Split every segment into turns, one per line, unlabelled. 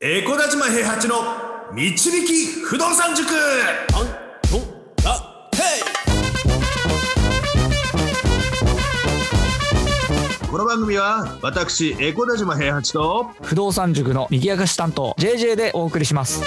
エコダ島平八の導き不動産塾
アントラテ
この番組は私エコダ島平八と
不動産塾の賑やかし担当 JJ でお送りします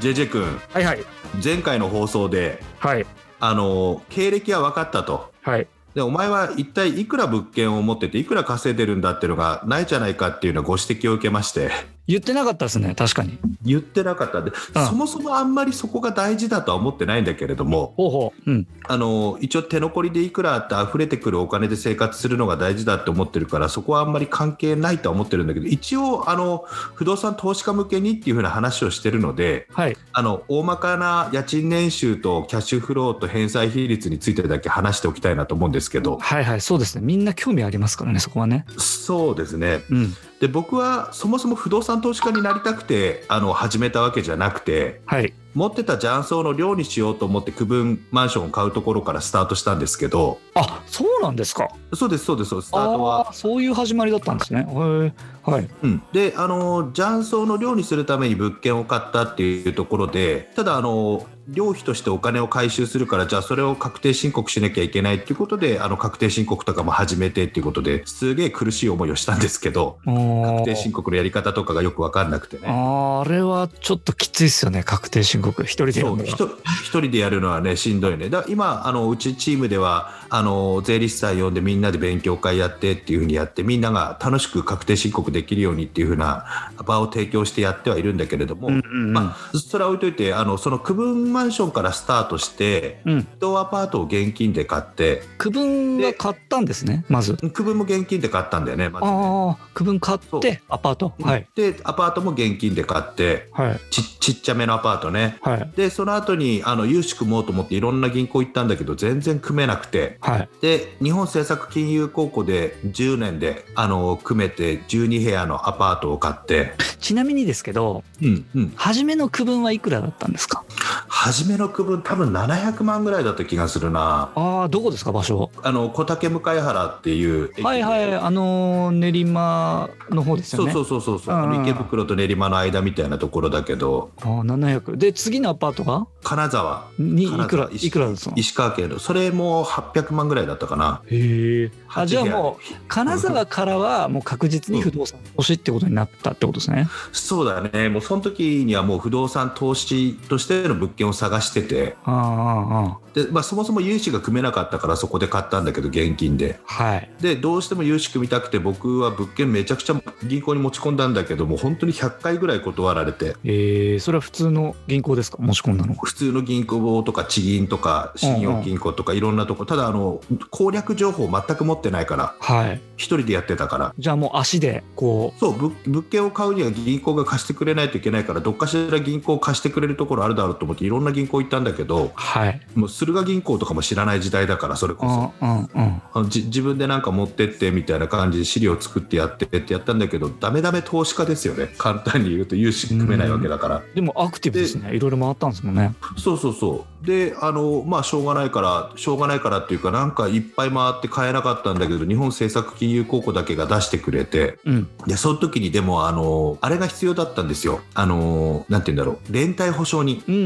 ジェジェ君
はいはい
前回の放送で
はい
あの経歴は分かったと
はい
でお前は一体いくら物件を持ってていくら稼いでるんだっていうのがないじゃないかっていうようなご指摘を受けまして
言ってなかったですね確かに
言ってなかったんで、
うん
そもそもあんまりそこが大事だとは思ってないんだけれども
ほうほううん
あの一応手残りでいくらあって溢れてくるお金で生活するのが大事だって思ってるからそこはあんまり関係ないとは思ってるんだけど一応あの不動産投資家向けにっていうふうな話をしてるので
はい
あの大まかな家賃年収とキャッシュフローと返済比率についてだけ話しておきたいなと思うんですけど
はいはいそうですねみんな興味ありますからねそこはね
そうですね
うん
で僕はそもそも不動産投資家になりたくてあの始めたわけじゃなくて
はい
持ってた雀荘の量にしようと思って区分マンションを買うところからスタートしたんですけど
あそうなんですか
そうですそうですそうですスタートは
あ。あそういう始まりだったんですねへーはい
うん、で、あの雀荘の寮にするために物件を買ったっていうところでただあの寮費としてお金を回収するからじゃあそれを確定申告しなきゃいけないっていうことであの確定申告とかも始めてっていうことですげえ苦しい思いをしたんですけど確
確
定申告のやり方とかがよく分かんなくてね
あーあれはちょっときついっすよね確定申告一人で
そ
やる
う
の
ひ
が
と一人でやるのはねしんどいねだから今あのうちチームではあの税理士さん呼んでみんなで勉強会やってっていうふうにやってみんなが楽しく確定申告できるようにっていうふうな場を提供してやってはいるんだけれども、
うんうんうん
まあ、それは置いといてあのその区分マンションからスタートして
うん
一棟アパートを現金で買って
区分は買ったんですねまず
区分も現金で買ったんだよねまずね
ああ区分買ってアパートはい
でアパートも現金で買って
はい
ちちっちゃめのアパートね
はい
でその後にあの融資組もうと思っていろんな銀行行ったんだけど全然組めなくて
はい
で日本政策金融高校で10年であの組めて12部屋のアパートを買って、
ちなみにですけど
うんうん、
初めの区分はいくらだったんですか
初めの区分多分700万ぐらいだった気がするな
ああどこですか場所
あの小竹向原っていう駅で
はいはいあのー練馬の方です
そ
よ
う
ね
そうそうそうそう、
うんうんうん
池袋と練馬の間みたいなところだけど
ああ700で次のアパートが
金沢
にい
金沢
くら
石
いくらですか
石川県のそれも800万ぐらいだったかな
へえあじゃあ
8部屋
もう金沢からはもう確実に不動産欲しいってことになったってことですね
そうだねもうその時にはもう不動産投資としての物件を探してて
ああああ
で、まあ、そもそも融資が組めなかったからそこで買ったんだけど現金で
はい
でどうしても融資組みたくて僕は物件めちゃくちゃ銀行に持ち込んだんだけどもう本当に100回ぐらい断られて
えー、それは普通の銀行ですか申し込んだのは
普通の銀行とか地銀とか信用金庫とかいろんなとこ、ただあの攻略情報全く持ってないから
はい
一人でやってたから
じゃあもう足でこ
そう物物件を買うには銀行が貸してくれないといけないからどっかしら銀行貸してくれるところあるだろうと思っていろんな銀行行ったんだけど
うはい
もう駿河銀行とかも知らない時代だからそれこそ。
うんうん
あのじ自分でなんか持ってってみたいな感じで資料作ってやってってやったんだけどダメダメ投資家ですよね簡単に言うと融資組めないわけだから
でもアクティブですねいろいろ回ったんですもんね
そうそうそうであのまあしょうがないからしょうがないからっていうかなんかいっぱい回って買えなかったんだけど日本政策金融高校だけが出してくれて
うん
でその時にでもあのあれが必要だったんですよあのなんて言うんだろう連帯保証人
うんうんう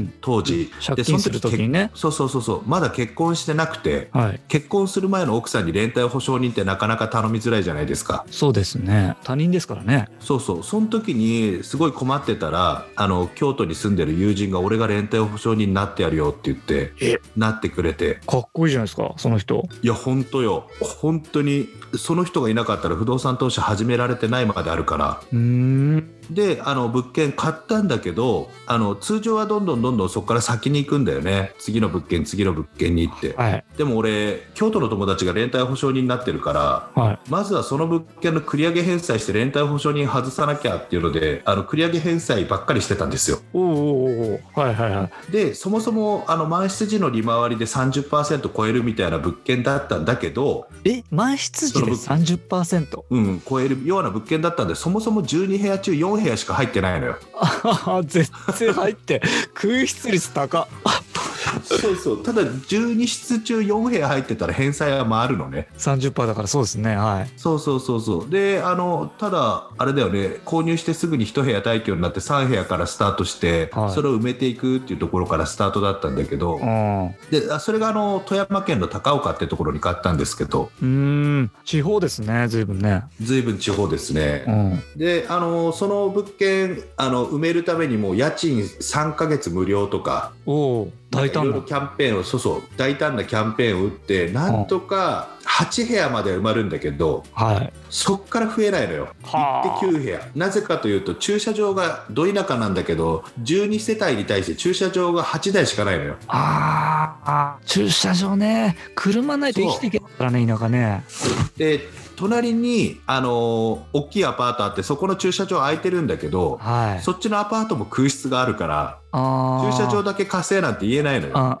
ん
当時
借
でそ
金
の
するときにね
けそうそうそうそうまだ結婚してなくて
はい
結婚する前の奥さんに連帯保証人ってなかなか頼みづらいじゃないですか
そうですね他人ですからね
そうそうその時にすごい困ってたらあの京都に住んでる友人が俺が連帯保証人になってやるよって言って
え
なってくれて
かっこいいじゃないですかその人
いや本当よ本当にその人がいなかったら不動産投資始められてないまであるから
うーん
であの物件買ったんだけどあの通常はどんどんどんどんそこから先に行くんだよね次の物件次の物件に行って
はい
でも俺京都の友達が連帯保証人になってるから
はい
まずはその物件の繰り上げ返済して連帯保証人外さなきゃっていうのであの繰り上げ返済ばっかりしてたんですよ
おうおうおうおうはいはいはい
でそもそもあの満室時の利回りで30%超えるみたいな物件だったんだけど、
え満室時で30%
うん、超えるような物件だったんでそもそも12部屋中4部屋しか入ってないのよ
あはは全然入って空室率高
そうそうただ12室中4部屋入ってたら返済は回るのね
30%だからそうですねはい
そうそうそうそうであのただあれだよね購入してすぐに1部屋退去になって3部屋からスタートして、
はい
それを埋めていくっていうところからスタートだったんだけど、
うんう
であそれがあの富山県の高岡ってところに買ったんですけど
ーん地方ですね随分ね
随分地方ですね、
うん
であのその物件あの埋めるためにもう家賃3ヶ月無料とか
おお大
いろ
胆
い
な
ろキャンペーンをそうそう大胆なキャンペーンを打ってなんとか8部屋までは埋まるんだけど
はい
そっから増えないのよ
はあ
1.9部屋なぜかというと駐車場がど田舎なんだけど12世帯に対して駐車場が8台しかないのよ
あーあー駐車場ね車ないと生きていけないからね田舎ね
で隣にあのー大きいアパートあってそこの駐車場空いてるんだけど
はい
そっちのアパートも空室があるから
あ
駐
ー
車場だけ貸せなんて言えないの
あ
よ
あああ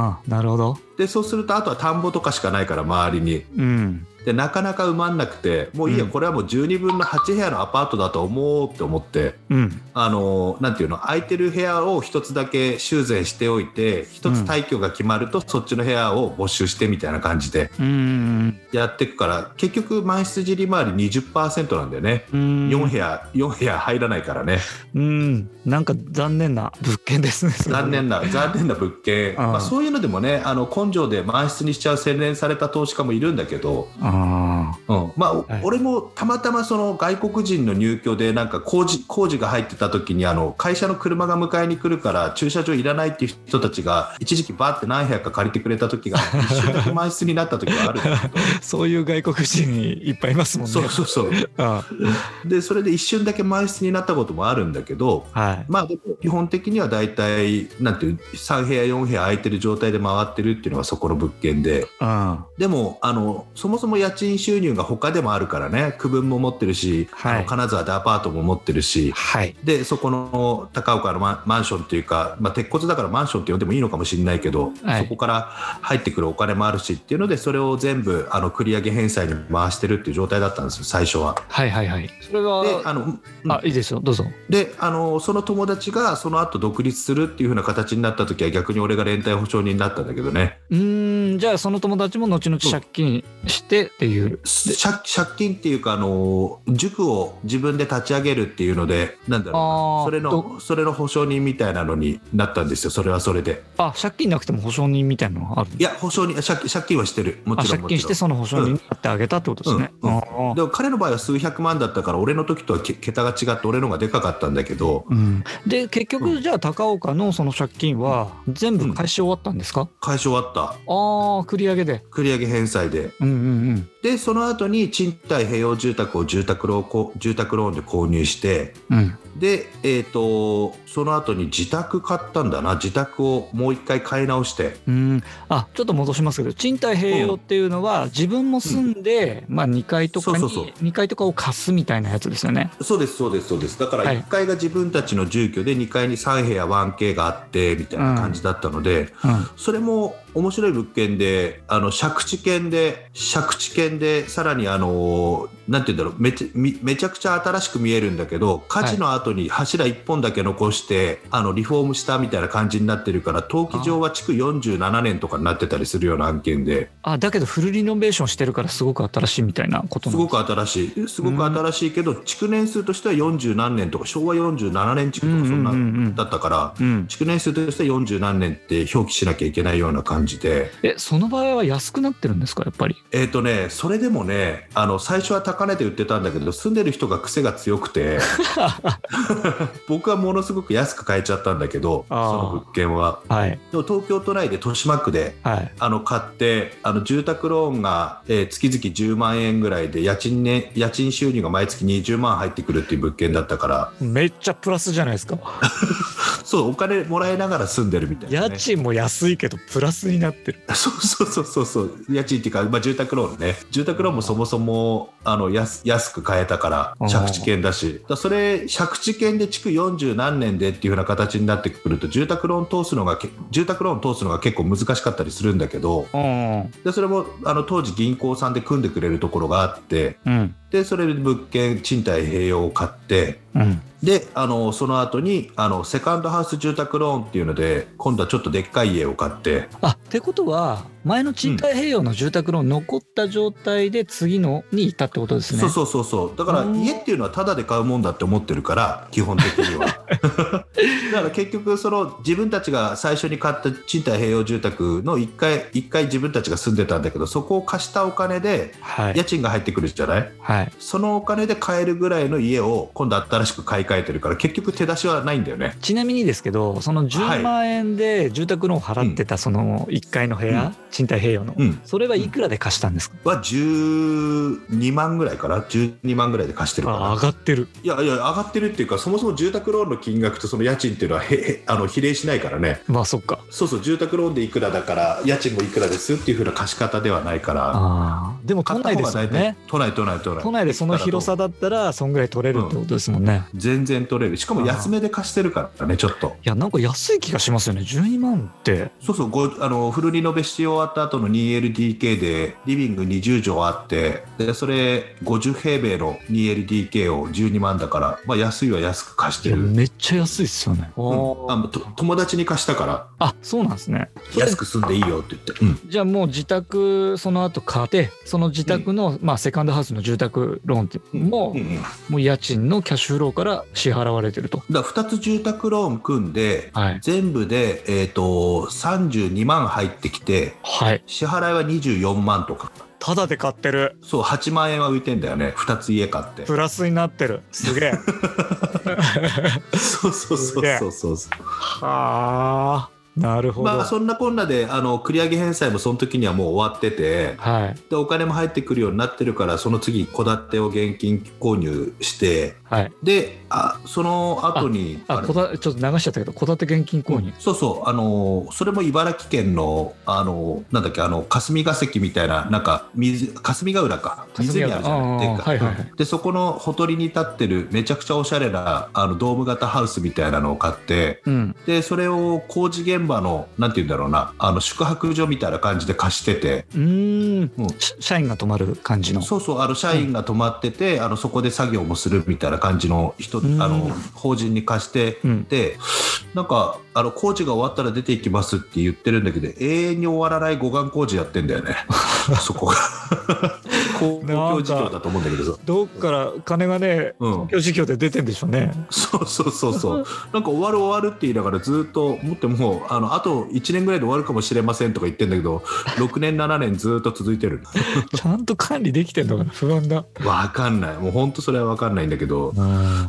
ああなるほど
でそうするとあとは田んぼとかしかないから周りに
うん
でなかなか埋まんなくてもういいや、
うん
これはもう12分の8部屋のアパートだと思うって思って
うん
あのなんていうの空いてる部屋を一つだけ修繕しておいて一つ退去が決まると、そっちの部屋を没収してみたいな感じで
うん
やっていくから結局満室尻回り20%なんだよね。
うん
4部屋4部屋入らないからね
うんなんか残念な物件ですねそれ
残念な残念な物件、
ああ
まあ、そういうのでもねあの根性で満室にしちゃう洗練された投資家もいるんだけど、
あ
うん、まあ、お
はい
俺もたまたまその外国人の入居でなんか工事工事が入ってた時にあの会社の車が迎えに来るから駐車場いらないっていう人たちが一時期バーって何部屋か借りてくれた時が一瞬だけ満室になった時があるんだ けど
ーそういう外国人いっぱいいますもんね
そうそうそう
あ
でそれで一瞬だけ満室になったこともあるんだけど
ーはい
まあでも基本的には大体なんていう3部屋4部屋空いてる状態で回ってるっていうのがそこの物件で
うん
でもあのそもそも家賃収入が他でもあるからね区分も持ってるし、
はい
あの金沢でアパートも持ってるし
はい
でそこの高岡のマンマンションというか、まあ、鉄骨だからマンションって呼んでもいいのかもしれないけど、
は
そ
い
こから入ってくるお金もあるしっていうのでそれを全部あの繰り上げ返済に回してるっていう状態だったんですよ最初は。
はいはいはいそれ
で
は
あのうん
あいいですよどうぞ
であのその友達がその後独立するっていう風な形になった時は逆に俺が連帯保証人になったんだけどね
うーんじゃあその友達も後々借金してっていう
借借金っていうかあの塾を自分で立ち上げるっていうのでなんだろ
あー
うなそれのそれの保証人みたいなのになったんですよそれはそれで
あ借金なくても保証人みたいなのがある
いや保証人借借金はしてるも
あ
ちろん
借
も
金
ち
し
ろ
て
ん
その保証人になってあげたってことですね、
うんうん
あー
でも彼の場合は数百万だったから俺の時とはけ桁が違って俺の方がでかかったんだけど
うんで結局じゃあ高岡のその借金は全部返し終わったんですか、
返し終わった
ああ繰り上げで
繰り上げ返済で
うんうんうん
でその後に賃貸併用住宅を住宅ローンこ住宅ローンで購入して
うん
で、えー、とその後に自宅買ったんだな自宅をもう一回買い直して
うん、あちょっと戻しますけど賃貸併用っていうのは自分も住んで、まあ、2階とかに
そうそうそう
2階とかを貸すみたいなやつですよね。
そうですそうですそうですだか
は
ら
い
1階が自分たちの住居で2階に3部屋 1K があってみたいな感じだったので、
うん
それも面白い物件であの借地権で借地権でさらにあのなんて言うんだろうめちゃみめちゃくちゃ新しく見えるんだけど火事の後に柱1本だけ残して、あのリフォームしたみたいな感じになってるから登記上は築47年とかになってたりするような案件で
あだけどフルリノベーションしてるからすごく新しいみたいなこと
す
なん
ご
です
く新しいすごく新しいけど築年数としては40何年とか昭和47年築とかそん
うんうんうんう
なんだったから
うん、
築年数としては40何年って表記しなきゃいけないような感じで。
えその場合は安くなってるんですかやっぱり
えーとね、それでもねあの最初は高値で売ってたんだけど住んでる人が癖が強く て僕はものすごく安く買えちゃったんだけどそ
あー
の物件は
はい
でも東京都内で豊島区で
はい
あの買ってあの住宅ローンが、えー月々10万円ぐらいで家賃,、ね、家賃収入が毎月20万入ってくるっていう物件だったから
めっちゃプラスじゃないですか
そうお金もらいながら住んでるみたいな、
家
ね、
賃も安いけどプラスになってる
そうそうそうそうそう家賃っていうか、まあ、住宅ローンね住宅ローンもそもそもあの安安く買えたから
うん
借地権だしだからそれ借地権で築40何年でっていうふうな形になってくると住宅ローン通すのがけ住宅ローン通すのが結構難しかったりするんだけど
うん
でそれもあの当時銀行さんで組んでくれるところがあって
うん
ででそれで物件賃貸併用を買って
うん。
であのその後にあのセカンドハウス住宅ローンっていうので今度はちょっとでっかい家を買って
あってことは前の賃貸併用の住宅ローン残った状態で次のに行ったってことですね。
そうそうそうそうだから
うん
家っていうのはタダで買うもんだって思ってるから基本的に はだから結局その自分たちが最初に買った賃貸併用住宅の1階一階自分たちが住んでたんだけどそこを貸したお金で
はい
家賃が入ってくるじゃない
はい。
そのお金で買えるぐらいの家を今度新しく買い替えてるから結局手出しはないんだよね
ちなみにですけどその
はい
10万円で住宅ローン払ってたその1階の部屋、
う
賃貸併用の、
うん
それはいくらで貸したんですか、
は12万ぐらいかな12万ぐらいで貸してるか
あ
な
上がってる。
いやいや上がってるっていうかそもそも住宅ローンの金額とその家賃っていうのはへへあの比例しないからね
まあそっか。
そうそう住宅ローンでいくらだから家賃もいくらですっていう風な貸し方ではないから
あーでも都
買った方
内で
が
すよ
大体
ね。
都内都内都内
都内でその広さだったらそんぐらい取れるってことですもんね。
全然取れるしかも安めで貸してるからねちょっと
いやなんか安い気がしますよね12万って。
そうそうごあのフルリノベし終わった後の 2LDK でリビング20畳あってでそれ50平米の 2LDK を12万だから、まあ、安いは安く貸し
い
て
や
る、うん
めっちゃ安いっすよね。
あのと友達に貸したから
あそうなんですね。
安く住んでいいよって言って、うん
じゃあもう自宅その後買ってその自宅の、まあ、セカンドハウスの住宅ローンってもう,、
うんうんだか
もう家賃のキャッシュフローから支払われてると。
ら2つ住宅ローン組んで
はい。
全部で、えー、と32万入ってきて
はい。
支払いは24万とか
ただで買ってる。
そう8万円は浮いてんだよね2つ家買って
プラスになってる。す げえ。
そうそうそうそうそうそう
はあ。なるほど。
まあそんなこんなであの繰り上げ返済もその時にはもう終わってて
はい。
でお金も入ってくるようになってるからその次戸建てを現金購入して
はい。
であその後に
あ、
れ
こだちょっと流しちゃったけど、戸建て現金購入。
そうそうあのそれも茨城県のあのなんだっけあの霞が関みたいななんか水霞ヶ浦か
霞
湖
ヶ
あ
浦
るじゃないでっか
あーはいはいはい
でそこのほとりに立ってるめちゃくちゃおしゃれなあのドーム型ハウスみたいなのを買って
うん。
でそれを工事現場のなんて言うんだろうなあの宿泊所みたいな感じで貸してて。
うーん
うん
し社員が泊まる感じの。
そうそうあの社員が泊まってて、あのそこで作業もするみたいな感じの人、
うん
あの法人に貸して
うん。
でなんかあの工事が終わったら出ていきますって言ってるんだけど永遠に終わらない護岸工事やってんだよ ねそこが公共事業だと思うんだけどさ
どっから金がね、
うん、
教事業で出てんでしょうね。
そうそうそうそうなんか終わる終わるって言いながらずっともってもうあのあと1年ぐらいで終わるかもしれませんとか言ってんだけど6年7年ずっと続いてる
ちゃんと管理できてんのかな不安だ。
わかんないもうほんとそれはわかんないんだけど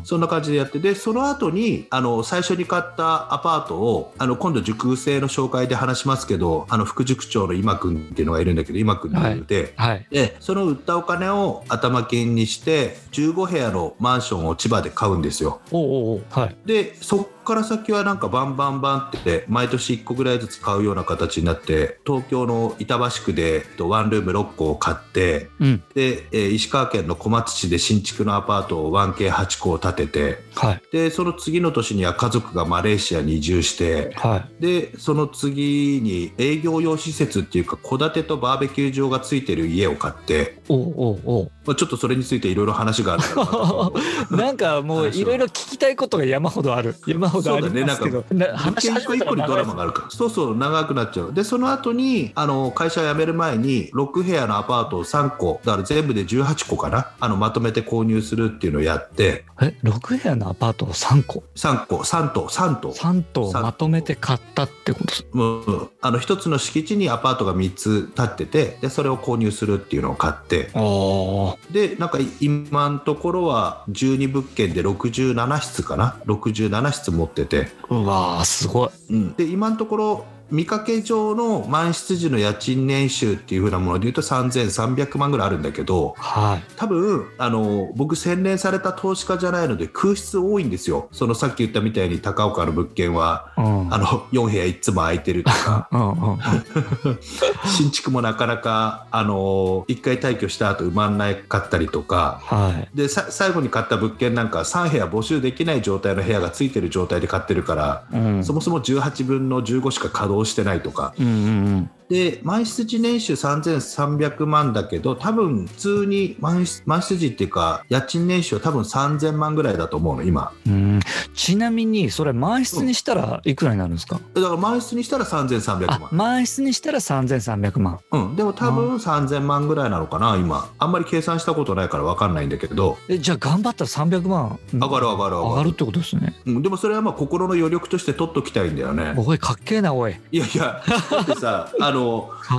そんな感じでやってでその後にあの最初に買ったアパートをあの今度塾生の紹介で話しますけどあの副塾長の今君っていうのがいるんだけど今君っていうので、
はい。
でその売ったお金を頭金にして15部屋のマンションを千葉で買うんですよ
おうおうおうはい。
でそっから先はなんかバンバンバンって毎年1個ぐらいずつ買うような形になって東京の板橋区でえっとワンルーム6個を買って
うん。
で、えー石川県の小松市で新築のアパートを 1K8 個を建てて
はい。
でその次の年には家族がマレーシアに移住して
は
でその次に営業用施設っていうか戸建てとバーベキュー場がついてる家を買って、
い。おうおうおう
まあ、ちょっとそれについていろいろ話があるからまた今度
なんかもう
話を
いろいろ聞きたいことが山ほどあ る。山ほどありますけ
そ
ど。
う
な
物
話
件
し
一
始
個
め
一
た
個に
ら
ドラ
長
マ
い
があるからそうそう長くなっちゃうでその後にあの会社を辞める前に6部屋のアパートを3個だから全部で18個かなあのまとめて購入するっていうのをやって
え、6部屋のアパートを3個。
3個3棟3棟
3棟
三棟
まとめて買ったってことです。
うんうんあの1つの敷地にアパートが3つ建っててでそれを購入するっていうのを買って
お
でなんか今のところは12物件で67室かな67室持ってて、
お。うわー、すごい。
で今のところ見かけ上の満室時の家賃年収っていう風なもので言うと3300万ぐらいあるんだけど
はい。
多分あの僕洗練された投資家じゃないので空室多いんですよそのさっき言ったみたいに高岡の物件は
うん。
あの4部屋いつも空いてるとか。
うんうんうん。
新築もなかなか、あのー一回退去した後埋まんなかったりとか。
はい。
でさ最後に買った物件なんか3部屋募集できない状態の部屋がついてる状態で買ってるから、
うん
そもそも18分の15しか稼労してないとか。
うんうん
で、満室時年収3300万だけど、多分普通に満室満室時っていうか、家賃年収は多分3000万ぐらいだと思うの、今。
うんうんちなみにそれ満室にしたらいくらになるんですか、
だから満室にしたら3300
あ
万。
満室にしたら3300万
うん、でも多分3000万ぐらいなのかな、今。あんまり計算したことないから分かんないんだけど、
えじゃあ頑張ったら300万
上がる上がる上
上
が
が
る
るってことですね
うん、でもそれはまあ心の余力として取っときたいんだよね。
おいかっけえなおい
いやいや、だってさ、あの、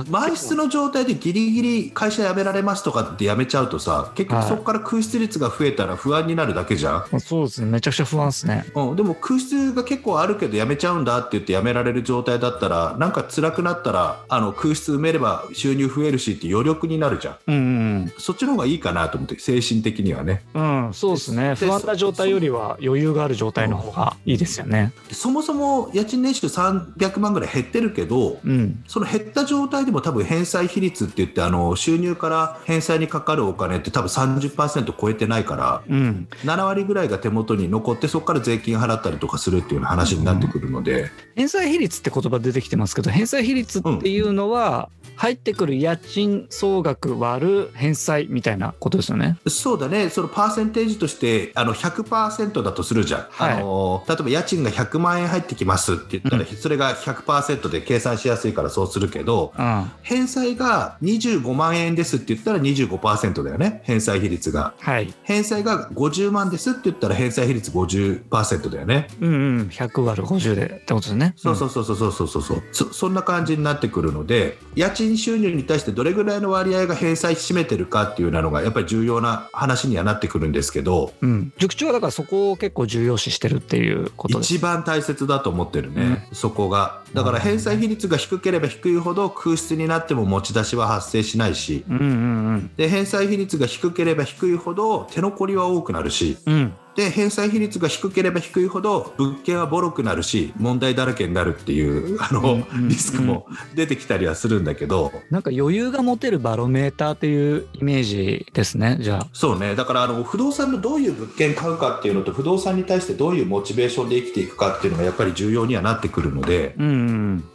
満室の状態でギリギリ会社辞められますとかって辞めちゃうとさ、結局
はい
そこから空室率が増えたら不安になるだけじゃん。
そうですねめちゃくちゃ不安ですね
うん、でも空室が結構あるけど辞めちゃうんだって言って辞められる状態だったらなんか辛くなったらあの空室埋めれば収入増えるしって余力になるじゃん
うん
そっちの方がいいかなと思って精神的にはね
うん、うん、そうですね
で
不安な状態よりは余裕がある状態の方がいいですよね
そもそも家賃年収300万ぐらい減ってるけど
うん
その減った状態でも多分返済比率って言ってあの収入から返済にかかるお金って多分30%超えてないから
うん
7割ぐらいが手元に残ってそこから税金払ったりとかするっていうような話になってくるので、
返済比率って言葉出てきてますけど返済比率っていうのは、入ってくる家賃総額割る返済みたいなことですよね。
そうだねそのパーセンテージとしてあの100%だとするじゃん、
はい
あの例えば家賃が100万円入ってきますって言ったら、それが100%で計算しやすいからそうするけど
うん、
返済が25万円ですって言ったら25%だよね返済比率が。
はい、
返済が50万ですって言ったら返済比率50%だよね。
うんうん、100割る50でってことですね。
そうそうそうそうそうそうそう、そそんな感じになってくるので家賃収入に対してどれぐらいの割合が返済占めてるかっていうようなのがやっぱり重要な話にはなってくるんですけど
うん、うん、塾長はだからそこを結構重要視してるっていうことです。
一番大切だと思ってるね、そこがだから返済比率が低ければ低いほど空室になっても持ち出しは発生しないし
うんうん
で返済比率が低ければ低いほど手残りは多くなるし
うんうん
で返済比率が低ければ低いほど物件はボロくなるし問題だらけになるっていうあの、
うんうん
リスクも出てきたりはするんだけど。
なんか余裕が持てるバロメーターっていうイメージですねじゃあ。
そうねだからあの不動産のどういう物件買うかっていうのと不動産に対してどういうモチベーションで生きていくかっていうのがやっぱり重要にはなってくるので、
うん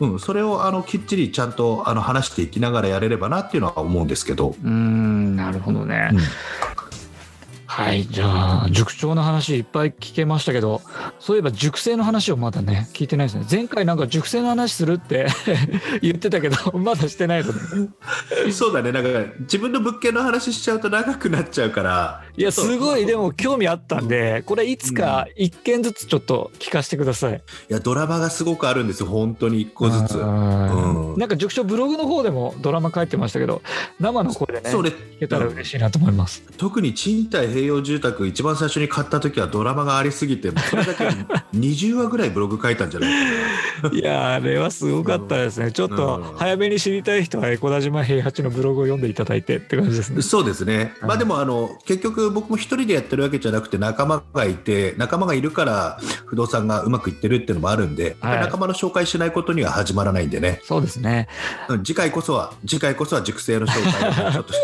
うん
うん、それをあのきっちりちゃんとあの話していきながらやれればなっていうのは思うんですけど、
うん、うーんなるほどね。
うん
はいじゃあ塾長の話いっぱい聞けましたけどそういえば塾生の話をまだね聞いてないですね前回なんか塾生の話するって 言ってたけどまだしてないの で
そうだねなんか自分の物件の話しちゃうと長くなっちゃうから
いやすごいでも興味あったんでこれいつか
う
一件ずつちょっと聞かせてください
いやドラマがすごくあるんですよ本当に一個ずつ。
うん
うん
なんか塾長ブログの方でもドラマ書いてましたけど生の声でね
そう
聞
ね
けたら嬉しいなと思います
特に賃貸併用住宅一番最初に買った時はドラマがありすぎてもうそれ だけ20話ぐらいブログ書いたんじゃないかない
やーあれはすごかったですねちょっと
うん
早めに知りたい人は江古田島平八のブログを読んでいただいてって感じですね
そうですね、まあ、でもあの結局僕も一人でやってるわけじゃなくて仲間がいて仲間がいるから不動産がうまくいってるっていうのもあるんで、
はい
仲間の紹介しないことには始まらないんでね、
そうですね
うん次回こそは次回こそは熟成の紹介をちょっとし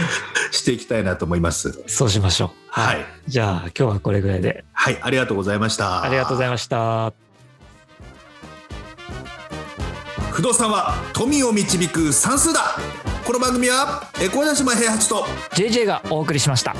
していきたいなと思います。
そうしましょう
はい、
じゃあ今日はこれぐらいで
はい、ありがとうございました
ありがとうございました
不動産は富を導く算数だこの番組は江古田島平八と
JJ がお送りしました